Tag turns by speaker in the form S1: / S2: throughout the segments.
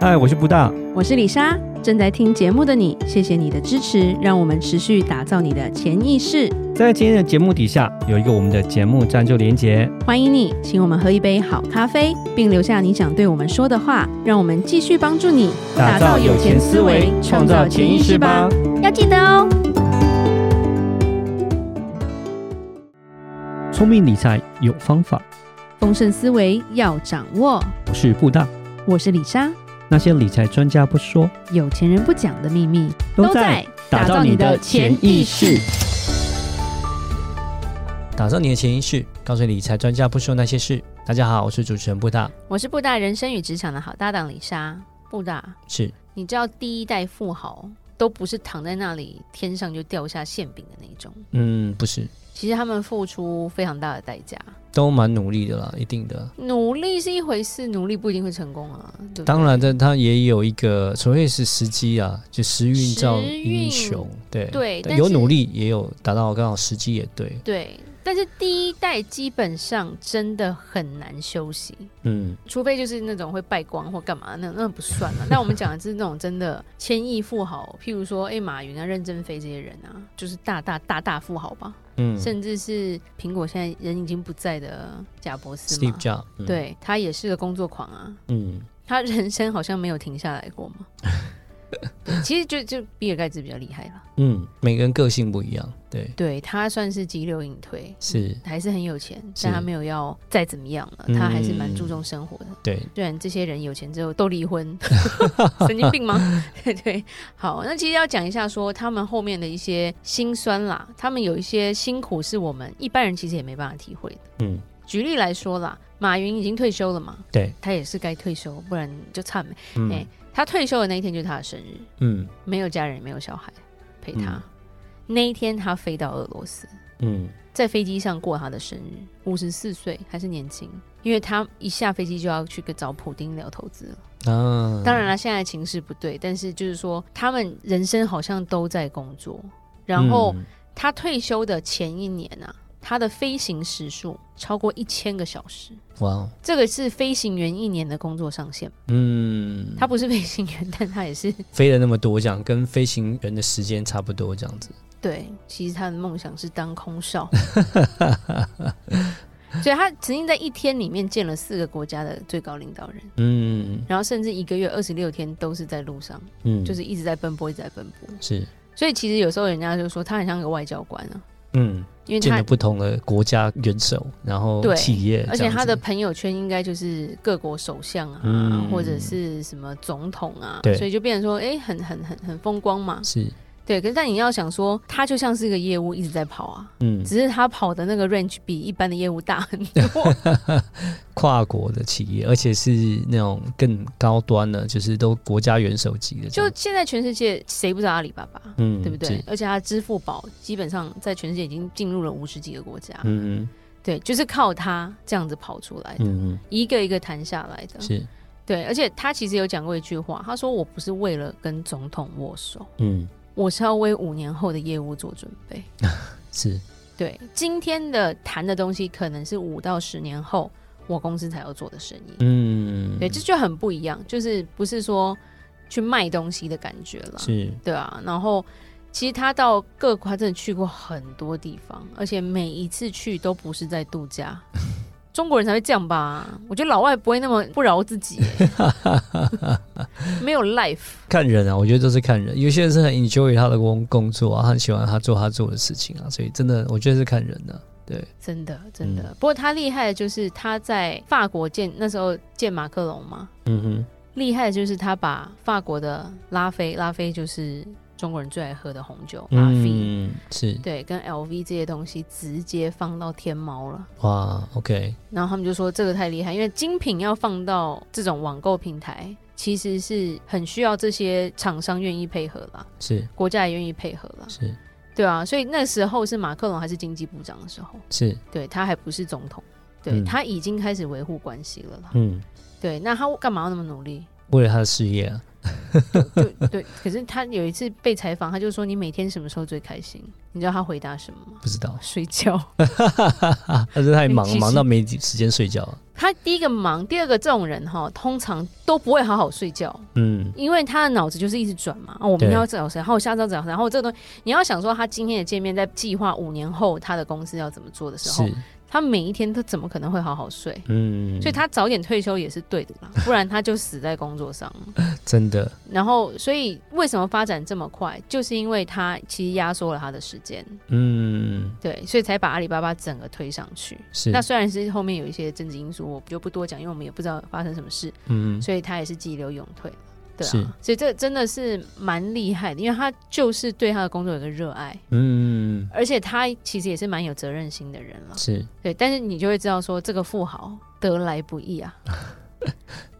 S1: 嗨，哎我是布大，
S2: 我是李莎，正在听节目的你，谢谢你的支持，让我们持续打造你的潜意识。
S1: 在今天的节目底下有一个我们的节目赞助连结，
S2: 欢迎你，请我们喝一杯好咖啡，并留下你想对我们说的话，让我们继续帮助你
S1: 打造有钱思维，创造潜意识吧。。
S2: 要记得哦。
S1: 聪明理财有方法，
S2: 丰盛思维要掌握。
S1: 我是布大。
S2: 我是李莎，
S1: 那些理财专家不说，
S2: 有钱人不讲的秘密
S1: 打造你的潜意识。打造你的潜意识，告诉你理财专家不说那些事。大家好，我是主持人布大，
S2: 我是布大人生与职场的好搭档李莎。布大，
S1: 是
S2: 你知道第一代富豪都不是躺在那里天上就掉下馅饼的那种，
S1: 嗯，不是，
S2: 其实他们付出非常大的代价。
S1: 都蛮努力的啦，一定的。
S2: 努力是一回事，努力不一定会成功啊。对不对
S1: 当然，但他也有一个所谓是时机啊，就时运造
S2: 时运
S1: 英雄，对
S2: 对，但
S1: 有
S2: 是
S1: 努力也有达到刚好时机也对，
S2: 对，但是第一代基本上真的很难休息，
S1: 嗯，
S2: 除非就是那种会败光或干嘛，那那不算 了。但我们讲的是那种真的千亿富豪，譬如说哎、马云啊、任正非这些人啊，就是大大大大富豪吧，
S1: 嗯
S2: 甚至是苹果现在人已经不在的贾博士嘛
S1: ，Steve，Jobs，、嗯，
S2: 对他也是个工作狂啊，
S1: 嗯，
S2: 他人生好像没有停下来 过嘛。对其实就就比尔盖茨比较厉害了，
S1: 嗯，每个人个性不一样，对，
S2: 对他算是急流隐退，
S1: 是，
S2: 还是很有钱，
S1: 是
S2: 但他没有要再怎么样了，
S1: 嗯
S2: 他还是蛮注重生活的。
S1: 对，
S2: 虽然这些人有钱之后都 离婚，神经病吗？ 对，好，那其实要讲一下说他们后面的一些辛酸啦，他们有一些辛苦是我们一般人其实也没办法体会的。
S1: 嗯，
S2: 举例来说啦，马云已经退休了嘛，
S1: 对，
S2: 他也是该退休，不然就惨了。
S1: 嗯，
S2: 哎他退休的那一天就是他的生日，
S1: 嗯，
S2: 没有家人，也没有小孩陪他。
S1: 嗯
S2: 那一天他飞到俄罗斯，
S1: 嗯，
S2: 在飞机上过他的生日，五十四岁还是年轻，因为他一下飞机就要去跟找普丁聊投资了。
S1: 啊，
S2: 当然了，现在情势不对，但是就是说他们人生好像都在工作。然后
S1: 嗯
S2: 他退休的前一年啊，他的飞行时数超过一千个小时，
S1: 哇哦，
S2: 这个是飞行员一年的工作上限。
S1: 嗯，
S2: 他不是飞行员，但他也是
S1: 飞了那么多，这样跟飞行员的时间差不多，这样子，
S2: 对，其实他的梦想是当 空少，所以他曾经在一天里面见了四个国家的最高领导人，
S1: 嗯
S2: 然后甚至一个月二十六天都是在路上，
S1: 嗯，
S2: 就是一直在奔波，一直在奔波。
S1: 是，
S2: 所以其实有时候人家就说他很像一个外交官啊，
S1: 嗯，
S2: 因为
S1: 见了
S2: 他
S1: 不同的国家元首，然后
S2: 对
S1: 企业，
S2: 而
S1: 这
S2: 且
S1: 样
S2: 他的
S1: 子
S2: 朋友圈应该就是各国首相啊，
S1: 嗯
S2: 或者是什么总统啊
S1: 对，
S2: 所以就变成说，哎、很很很很风光嘛。
S1: 是，
S2: 对，可是但你要想说，他就像是一个业务一直在跑啊，
S1: 嗯，
S2: 只是他跑的那个 range 比一般的业务大很多。
S1: 跨国的企业，而且是那种更高端的，就是都国家元首级的这
S2: 就
S1: 样子，
S2: 现在全世界谁不知道阿里巴巴，
S1: 嗯
S2: 对不啊对
S1: 是？
S2: 而且它支付宝基本上在全世界已经进入了五十几个国家，
S1: 嗯
S2: 对，就是靠它这样子跑出来
S1: 嗯
S2: 的，
S1: 嗯，
S2: 一个一个谈下来的。
S1: 是，
S2: 对，而且他其实有讲过一句话，他说：“我不是为了跟总统握手，
S1: 嗯
S2: 我是要为五年后的业务做准备。
S1: 是，”
S2: 对，今天的谈的东西可能是五到十年后我公司才要做的生意。
S1: 嗯
S2: 对，这就很不一样，就是不是说去卖东西的感觉了。
S1: 是，
S2: 对啊，然后其实他到各国他真的去过很多地方，而且每一次去都不是在度假。 中国人才会这样吧？我觉得老外不会那么不饶 自己耶、没有 life。
S1: 看人啊，我觉得都是看人，有些人是很 enjoy 他的工工作啊，他很喜欢他做他做的事情啊，所以真的我觉得是看人的、对，
S2: 真的，真
S1: 嗯
S2: 的。不过他厉害的就是他在法国见那时候见马克龙嘛，
S1: 嗯哼，
S2: 厉害的就是他把法国的拉菲，拉菲就是中国人最爱喝的红酒，拉菲，
S1: 嗯是，
S2: 对，跟 LV 这些东西直接放到天猫了。
S1: 哇，OK，
S2: 然后他们就说这个太厉害，因为精品要放到这种网购平台，其实是很需要这些厂商愿意配合啦，
S1: 是
S2: 国家也愿意配合啦，
S1: 是
S2: 对啊，所以那时候是马克龙还是经济部长的时候，
S1: 是，
S2: 对他还不是总统，对、
S1: 嗯
S2: 他已经开始维护关系了啦，
S1: 嗯，
S2: 对，那他干嘛要那么努力？
S1: 为了他的事业啊，
S2: 就对。可是他有一次被采访，他就说：“你每天什么时候最开心？”你知道他回答什么吗？
S1: 不知道，
S2: 睡觉。
S1: 但是太忙
S2: 其，实
S1: 忙到没时间睡觉啊。
S2: 他第一个忙，第二个这种人哈，通常都不会好好睡觉，
S1: 嗯，
S2: 因为他的脑子就是一直转嘛。啊，我明
S1: 对
S2: 天要找谁，然后我下周找谁，然后这个东西，你要想说他今天的见面，在计划五年后他的公司要怎么做的时候，
S1: 是，
S2: 他每一天他怎么可能会好好睡？
S1: 嗯，
S2: 所以他早点退休也是对的 啦，不然他就死在工作上了。
S1: 真的，
S2: 然后，所以为什么发展这么快，就是因为他其实压缩了他的时间，
S1: 嗯，
S2: 对，所以才把阿里巴巴整个推上去。
S1: 是
S2: 那，虽然是后面有一些政治因素，我就不多讲，因为我们也不知道发生什么事，
S1: 嗯，
S2: 所以他也是急流勇退。对
S1: 是
S2: 啊，所以这真的是蛮厉害的，因为他就是对他的工作有个热爱，
S1: 嗯，
S2: 而且他其实也是蛮有责任心的人了。
S1: 是，
S2: 对，但是你就会知道说，这个富豪得来不 易啊，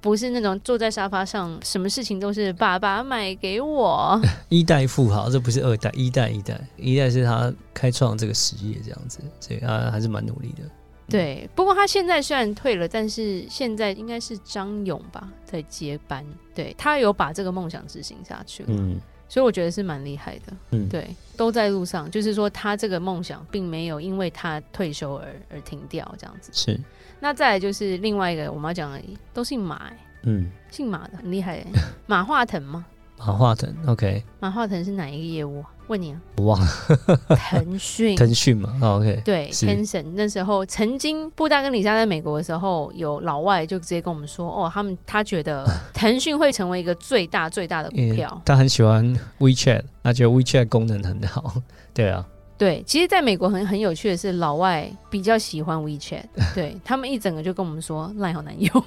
S2: 不是那种坐在沙发上什么事情都是爸爸买 给我，
S1: 一代富豪，这不是二代，一代一代，一代是他开创这个实业这样子，所以他还是蛮努力的。
S2: 对，不过他现在虽然退了，但是现在应该是张勇吧在接班，对他有把这个梦想执行下去了，
S1: 嗯，
S2: 所以我觉得是蛮厉害的。
S1: 嗯
S2: 对，都在路上，就是说他这个梦想并没有因为他退休而而停掉这样子。
S1: 是，
S2: 那再来就是另外一个我们要讲的，都姓马、欸，
S1: 嗯，
S2: 姓马的很 厉害、欸，马化腾吗？
S1: 马化腾，OK，
S2: 马化腾是哪一个业务啊？问你啊，
S1: 我忘了
S2: 腾讯。
S1: 腾讯嘛、哦、，OK，
S2: 对
S1: 是
S2: ，Tencent 那时候曾经布大跟李莎在美国的时候，有老外就直接跟我们说，哦，他们他觉得腾讯会成为一个最大最大的股
S1: 嗯
S2: 票。
S1: 他很喜欢 WeChat，他觉得 WeChat 功能很好。 对啊，
S2: 对，其实在美国很很有趣的是，老外比较喜 欢 WeChat，对他们一整个就跟我们说 Line 好难用。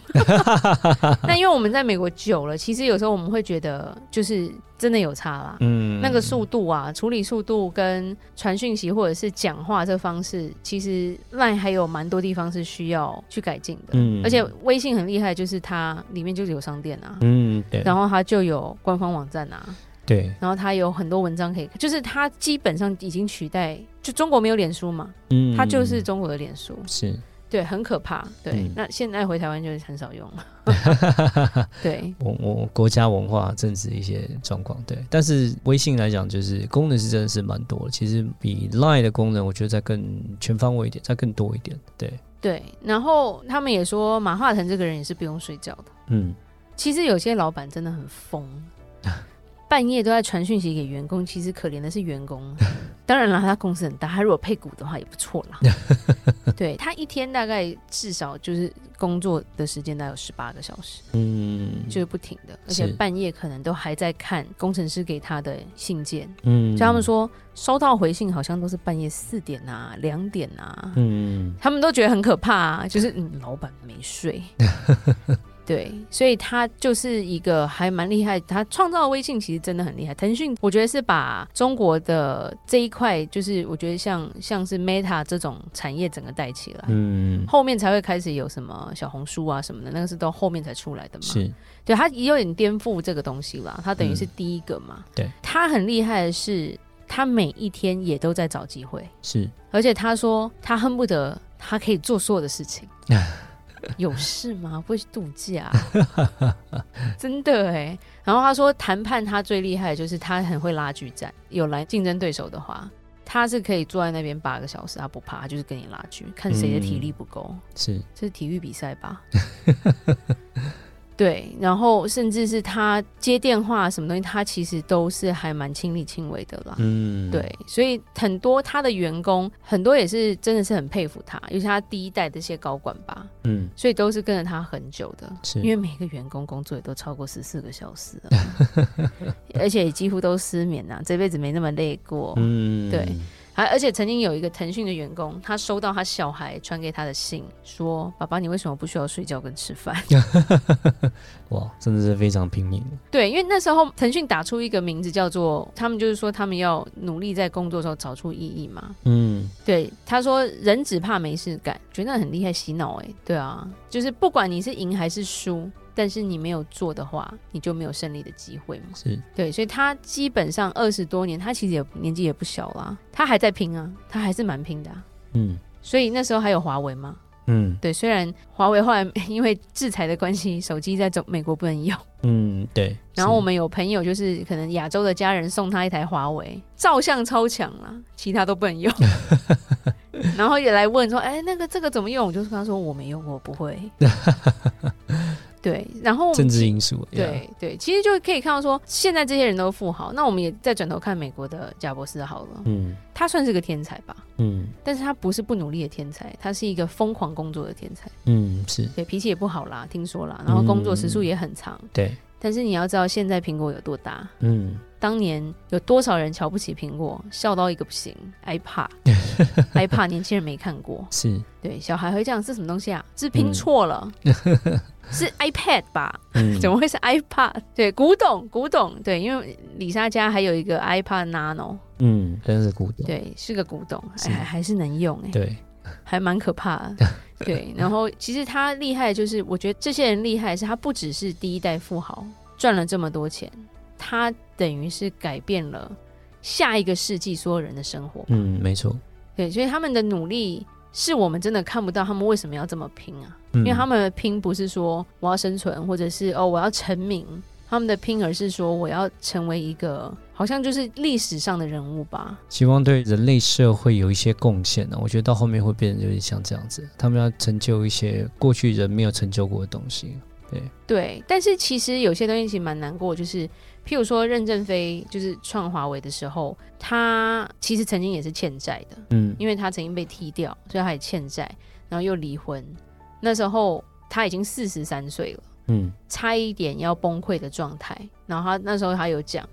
S2: 那因为我们在美国久了，其实有时候我们会觉得就是真的有差啦。
S1: 嗯，
S2: 那个速度啊，处理速度跟传讯息或者是讲话这方式，其实 LINE 还有蛮多地方是需要去改进的。
S1: 嗯
S2: 而且微信很厉害，就是它里面就是有商店啊，
S1: 嗯，对，
S2: 然后它就有官方网站啊，
S1: 对，
S2: 然后它有很多文章可以，就是它基本上已经取代，就中国没有脸书嘛，
S1: 嗯
S2: 它就是中国的脸书，
S1: 是，
S2: 对，很可怕。对，
S1: 嗯
S2: 那现在回台湾就是很 少用了。对，
S1: 我我国家文化政治一些状况，对。但是微信来讲，就是功能是真的是蛮多的，其实比 Line 的功能，我觉得再更全方位一点，再更多一点。对，
S2: 对，然后他们也说马化腾这个人也是不用睡觉的。
S1: 嗯，
S2: 其实有些老板真的很 疯，半夜都在传讯息给员工。其实可怜的是员工，当然啦，他公司很大，他如果配股的话也不错 啦。对他一天大概至少就是工作的时间大概有十八个小时，
S1: 嗯，
S2: 就是不停的，而
S1: 是
S2: 且半夜可能都还在看工程师给他的信件。
S1: 嗯，
S2: 所以他们，说收到回信好像都是半夜四点啊、两点啊，
S1: 嗯，
S2: 他们都觉得很可怕、 啊，就是嗯，老板没睡。对，所以他就是一个还蛮厉害，他创造的微信其实真的很厉害。腾讯我觉得是把中国的这一块，就是我觉得像像是 Meta 这种产业整个带起来，
S1: 嗯，
S2: 后面才会开始有什么小红书啊什么的，那个是到后面才出来的嘛。
S1: 是，
S2: 对，他也有点颠覆这个东西啦，他等于是第一个嘛。
S1: 对，
S2: 他很厉害的是，他每一天也都在找机会。
S1: 是，
S2: 而且他说他恨不得他可以做所有的事情。有事吗？不会去度假 啊、真的哎。然后他说，谈判他最厉害的就是他很会拉锯战，有来竞争对手的话，他是可以坐在那边八个小时，他不怕，他就是跟你拉锯，看谁的体力不够。
S1: 是，
S2: 这是体育比赛吧？ 对，然后甚至是他接电话什么东西，他其实都是还蛮亲力亲为的啦。
S1: 嗯，，
S2: 对，所以很多他的员工，很多也是真的是很佩服他，尤其他第一代这些高管吧，
S1: 嗯，
S2: 所以都是跟着他很久的。
S1: 是
S2: 因为每个员工工作也都超过十四个小时啊而且也几乎都失眠呐、这辈子没那么累过。
S1: 嗯，
S2: 对，还而且曾经有一个腾讯的员工，他收到他小孩传给他的信，说：“爸爸，你为什么不需要睡觉跟吃饭？”
S1: 哇，真的是非常拼命。
S2: 对，因为那时候腾讯打出一个名字叫做，他们就是说他们要努力在工作的时候找出意义嘛。
S1: 嗯，
S2: 对，他说人只怕没事干，觉得很厉害洗脑哎、对啊，就是不管你是赢还是输，但是你没有做的话，你就没有胜利的机会嘛。
S1: 是，
S2: 对，所以他基本上二十多年，他其实也年纪也不小啦，他还在拼啊，他还是蛮拼的啊、
S1: 嗯，
S2: 所以那时候还有华为吗？
S1: 嗯
S2: 对，虽然华为后来 因为制裁的关系，手机在中美国不能用。
S1: 嗯，对。
S2: 然后我
S1: 们
S2: 们有朋友就是可能亚洲的家人送他一台华为，照相超强啦，其他都 不能用。然后也来问说，哎，那个这个怎么用？我就跟他说我没用过，我不 会。对，然后我们
S1: 政治啊因素，
S2: 对对，其实就可以看到说，现在这些人都富豪，那我们也再转头看美国的贾伯斯好了
S1: yeah，，嗯
S2: 他算是个天才吧，
S1: 嗯
S2: 但是他不是不努力的天才，他是一个疯狂工作的天才，
S1: 嗯，是
S2: 对，脾气也不好啦，听说啦，然后工作时数也很长，
S1: 对，
S2: 但是你要知道现在苹果有多大，
S1: 嗯
S2: 当年有多少人瞧不起苹果，笑到一个不行，iPad，iPad 年轻人没看过，
S1: 是，
S2: 对，小孩会这样是什么东西啊？是拼错了，是 iPad 吧？
S1: 嗯，
S2: 怎么会是 iPad？对， 古董，古董，对，因为李莎家还有一个 iPad Nano，
S1: 嗯，真是古董，
S2: 对，是个古董，
S1: 是
S2: 还还是能用哎、
S1: 对，
S2: 还蛮可怕的。对，然后其实他厉害，就是我觉得这些人厉害，是他不只是第一代富豪赚了这么多钱，他等于是改变了下一个世纪所有人的生活。
S1: 嗯，没错，
S2: 对，所以他们的努力是我们真的看不到他们为什么要这么拼啊，
S1: 因
S2: 因为他们的拼不是说我要生存，或者是哦我要成名，他们的拼而是说我要成为一个好像就是历史上的人物吧。
S1: 希望对人类社会有一些贡献啊呢、我觉得到后面会变得有点像这样子，他们要成就一些过去人没有成就过的东西。
S2: 对，但是其实有些东西其实蛮难过，就是譬如说任正非就是创华为的时候，他其实曾经也是欠债的，
S1: 嗯
S2: 因为他曾经被踢掉，所以他也欠债，然后又离婚。那时候他已经四十三岁了，
S1: 嗯
S2: 差一点要崩溃的状态。然后他那时候他有讲，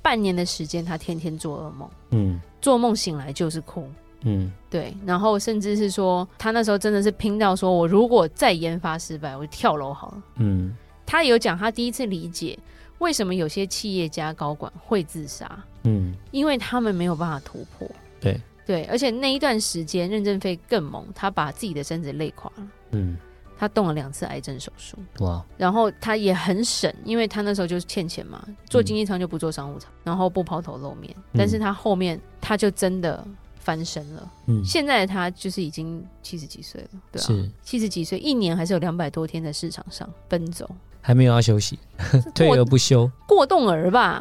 S2: 半年的时间他天天做噩梦，
S1: 嗯
S2: 做梦醒来就是哭。
S1: 嗯
S2: 对，然后甚至是说，他那时候真的是拼到说，我如果再研发失败，我就跳楼好了。
S1: 嗯
S2: 他有讲，他第一次理解为什么有些企业家高管会自杀，
S1: 嗯
S2: 因为他们没有办法突破。
S1: 对
S2: 对，而且那一段时间，任正非更猛，他把自己的身子累垮了，
S1: 嗯，
S2: 他动了两次癌症手术，
S1: 哇，
S2: 然后他也很省，因为他那时候就是欠钱嘛，做经济舱就不做商务
S1: 嗯
S2: 舱，然后不抛头露面，但是他后面他就真的翻身了。
S1: 嗯，
S2: 现在他就是已经七十几岁了，对啊，
S1: 是
S2: 七十几岁，一年还是有两百多天在市场上奔走，
S1: 还没有要休息， 退
S2: 过
S1: 而不休。
S2: 过动儿 吧，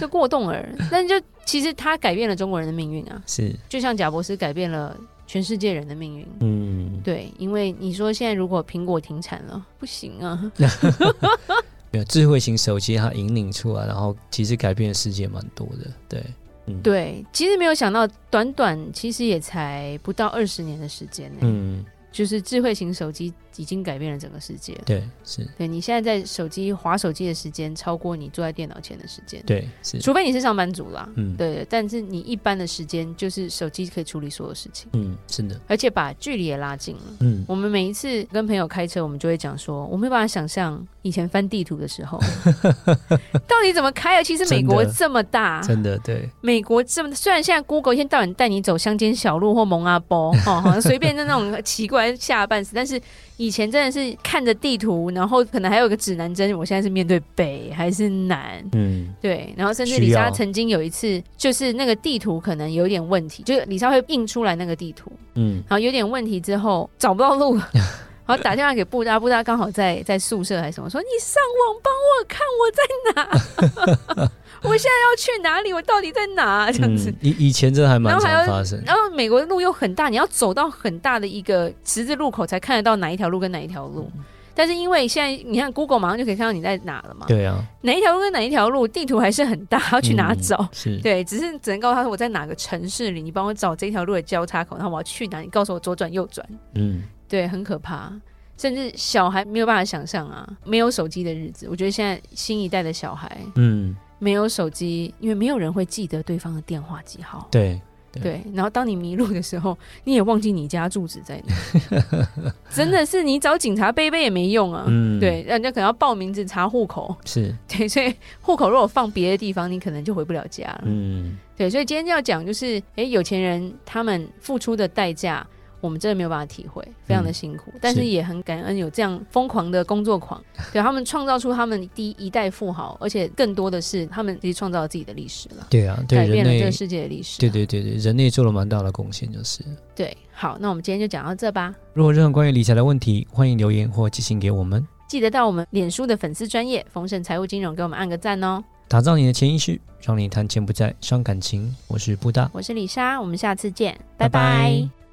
S2: 就过动儿。但就其实他改变了中国人的命运啊，
S1: 是，
S2: 就像贾博士改变了全世界人的命运。
S1: 嗯，
S2: 对，因为你说现在如果苹果停产了，不行啊。
S1: 没有智慧型手机它引领出来，然后其实改变世界蛮多的。对，嗯，，
S2: 对，其实没有想到，短短其实也才不到二十年的时间呢、
S1: 嗯，
S2: 就是智慧型手机已经改变了整个世界了。
S1: 对，是，
S2: 对你现在在手机划手机的时间超过你坐在电脑前的时间，
S1: 对，是，
S2: 除非你是上班族啦。
S1: 嗯
S2: 对，但是你一般的时间就是手机可以处理所有事情。
S1: 嗯，是的，
S2: 而且把距离也拉近了。
S1: 嗯，
S2: 我们每一次跟朋友开车，我们就会讲说，我没有办法想象以前翻地图的 时候，到底怎么开啊？其实美国
S1: 真的
S2: 这么大，
S1: 真的，对，
S2: 美国这么，虽然现在 Google 一天到晚带你走乡间小路或蒙阿 波，哦，好像随便的那种奇怪吓得半死，但是以前真的是看着地图，然后可能还有个指南针，我现在是面对北还是南，
S1: 嗯
S2: 对，然后甚至
S1: 需
S2: 李莎
S1: 要
S2: 曾经有一次，就是那个地图可能有点问题，就是李莎会印出来那个地图，
S1: 嗯
S2: 然后有点问题之后找不到 路，然后打电话给布达，布达刚好在在宿舍还是什么，说你上网帮我看我在 哪，我现在要去哪里，我到底在哪 这样子。
S1: 嗯，以以前真的还蛮
S2: 然后还
S1: 常
S2: 要
S1: 发生。
S2: 然后美国的路又很大，你要走到很大的一个十字路口才看得到哪一条路跟哪一条路。
S1: 嗯
S2: 但是因为现在你看 Google 马上就可以看到你在哪了嘛，
S1: 对啊，
S2: 哪一条路跟哪一条路，地图还是很大，要去哪
S1: 嗯
S2: 找？
S1: 是，
S2: 对，只是只能告诉他说我在哪个城市里，你帮我找这条路的交叉口，然后我要去哪里，告诉我左转右转。
S1: 嗯
S2: 对，很可怕，甚至小孩没有办法想象啊，没有手机的日子。我觉得现在新一代的小孩
S1: 嗯，
S2: 没有手机，因为没有人会记得对方的电话记号。
S1: 嗯对，
S2: 对，然后当你迷路的时候，你也忘记你家住址在哪， 真的是你找警察背背也没用啊。
S1: 嗯，
S2: 对，，人家可能要报名字查户口，
S1: 是，
S2: 对，所以户口如果放别的地方，你可能就回不了家了。
S1: 嗯
S2: 对，所以今天要讲就是，诶，有钱人他们付出的代价，我们真的没有办法体会，非常的辛苦，但是也很感恩有这样疯狂的工作狂，对他们创造出他们第一代富豪，而且更多的是他们自己创造了自己的历史了，
S1: 对啊，对
S2: 改
S1: 人
S2: 变了这
S1: 类
S2: 个，世界的历史啊。
S1: 对对对对，人类做了蛮大的贡献，就是。
S2: 对，好，那我们今天就讲到这吧。
S1: 如果有任何关于理财的问题，欢迎留言或寄信给我们。
S2: 记得到我们脸书的粉丝专业丰盛财务金融给我们按个赞哦。
S1: 打造你的潜意识，让你谈钱不再伤感情。我是布大，
S2: 我是李莎，我们下次见，拜拜
S1: 拜